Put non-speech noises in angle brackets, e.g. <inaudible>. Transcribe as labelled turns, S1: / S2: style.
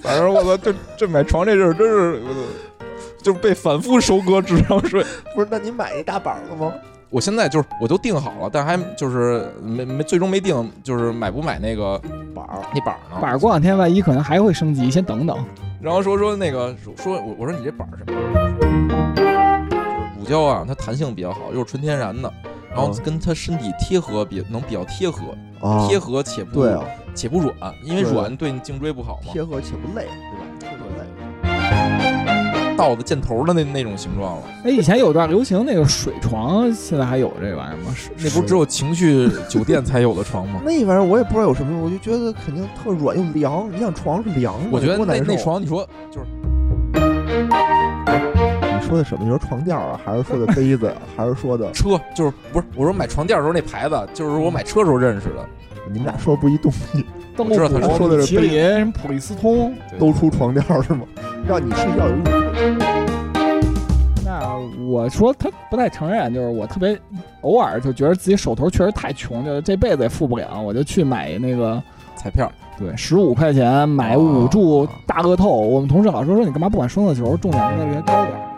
S1: 反正我操，这这买床这事儿真是，我操就是被反复收割智商税。
S2: 不是，那你买一大板儿了吗？
S1: <laughs> 我现在就是我都定好了，但还就是没没最终没定，就是买不买那个
S2: 板儿，
S1: 那板儿呢？
S3: 板儿过两天万一可能还会升级，先等等。
S1: 然后说说那个说说我我说你这板儿什么样？就是乳胶啊，它弹性比较好，又是纯天然的，然后
S2: 嗯
S1: 跟它身体贴合比能比较贴合，
S2: 啊
S1: 贴合且不、
S2: 对啊，
S1: 且不软，因为
S2: 对
S1: 软对你啊颈椎不好嘛。
S2: 贴合且不累，对吧？不累。
S1: 到的箭头的那那种形状了，
S3: 哎，以前有段流行那个水床，现在还有这玩意儿吗？是
S1: 那不是只有情趣酒店才有的床吗？
S2: 那玩意儿我也不知道有什么用，我就觉得肯定特软又凉。你想床是凉的，
S1: 我觉得
S2: 多
S1: 那
S2: 难受
S1: 那
S2: 啊
S1: 床，你说就是
S2: 你说的什么？你说床垫儿啊，还是说的杯子，还是说的？
S1: 车，就是不是我说买床垫的时候那牌子，就是
S2: 嗯
S1: 我买车时候认识的。
S2: 你们俩说的不是一 <laughs> 东西，
S3: 邓
S1: 我知
S3: 布
S1: 道他
S3: 普、
S2: 说的是
S3: 米其林、什么普利司通，
S2: 都出床垫儿是吗？让你睡觉有一种
S3: 那我说他不太承认，就是我特别偶尔就觉得自己手头确实太穷，就是这辈子也付不了，我就去买那个
S1: 彩票，
S3: 对十五块钱买
S1: 哦
S3: 五注大乐透。我们同事老说说你干嘛不管双色球中奖概率还高点儿？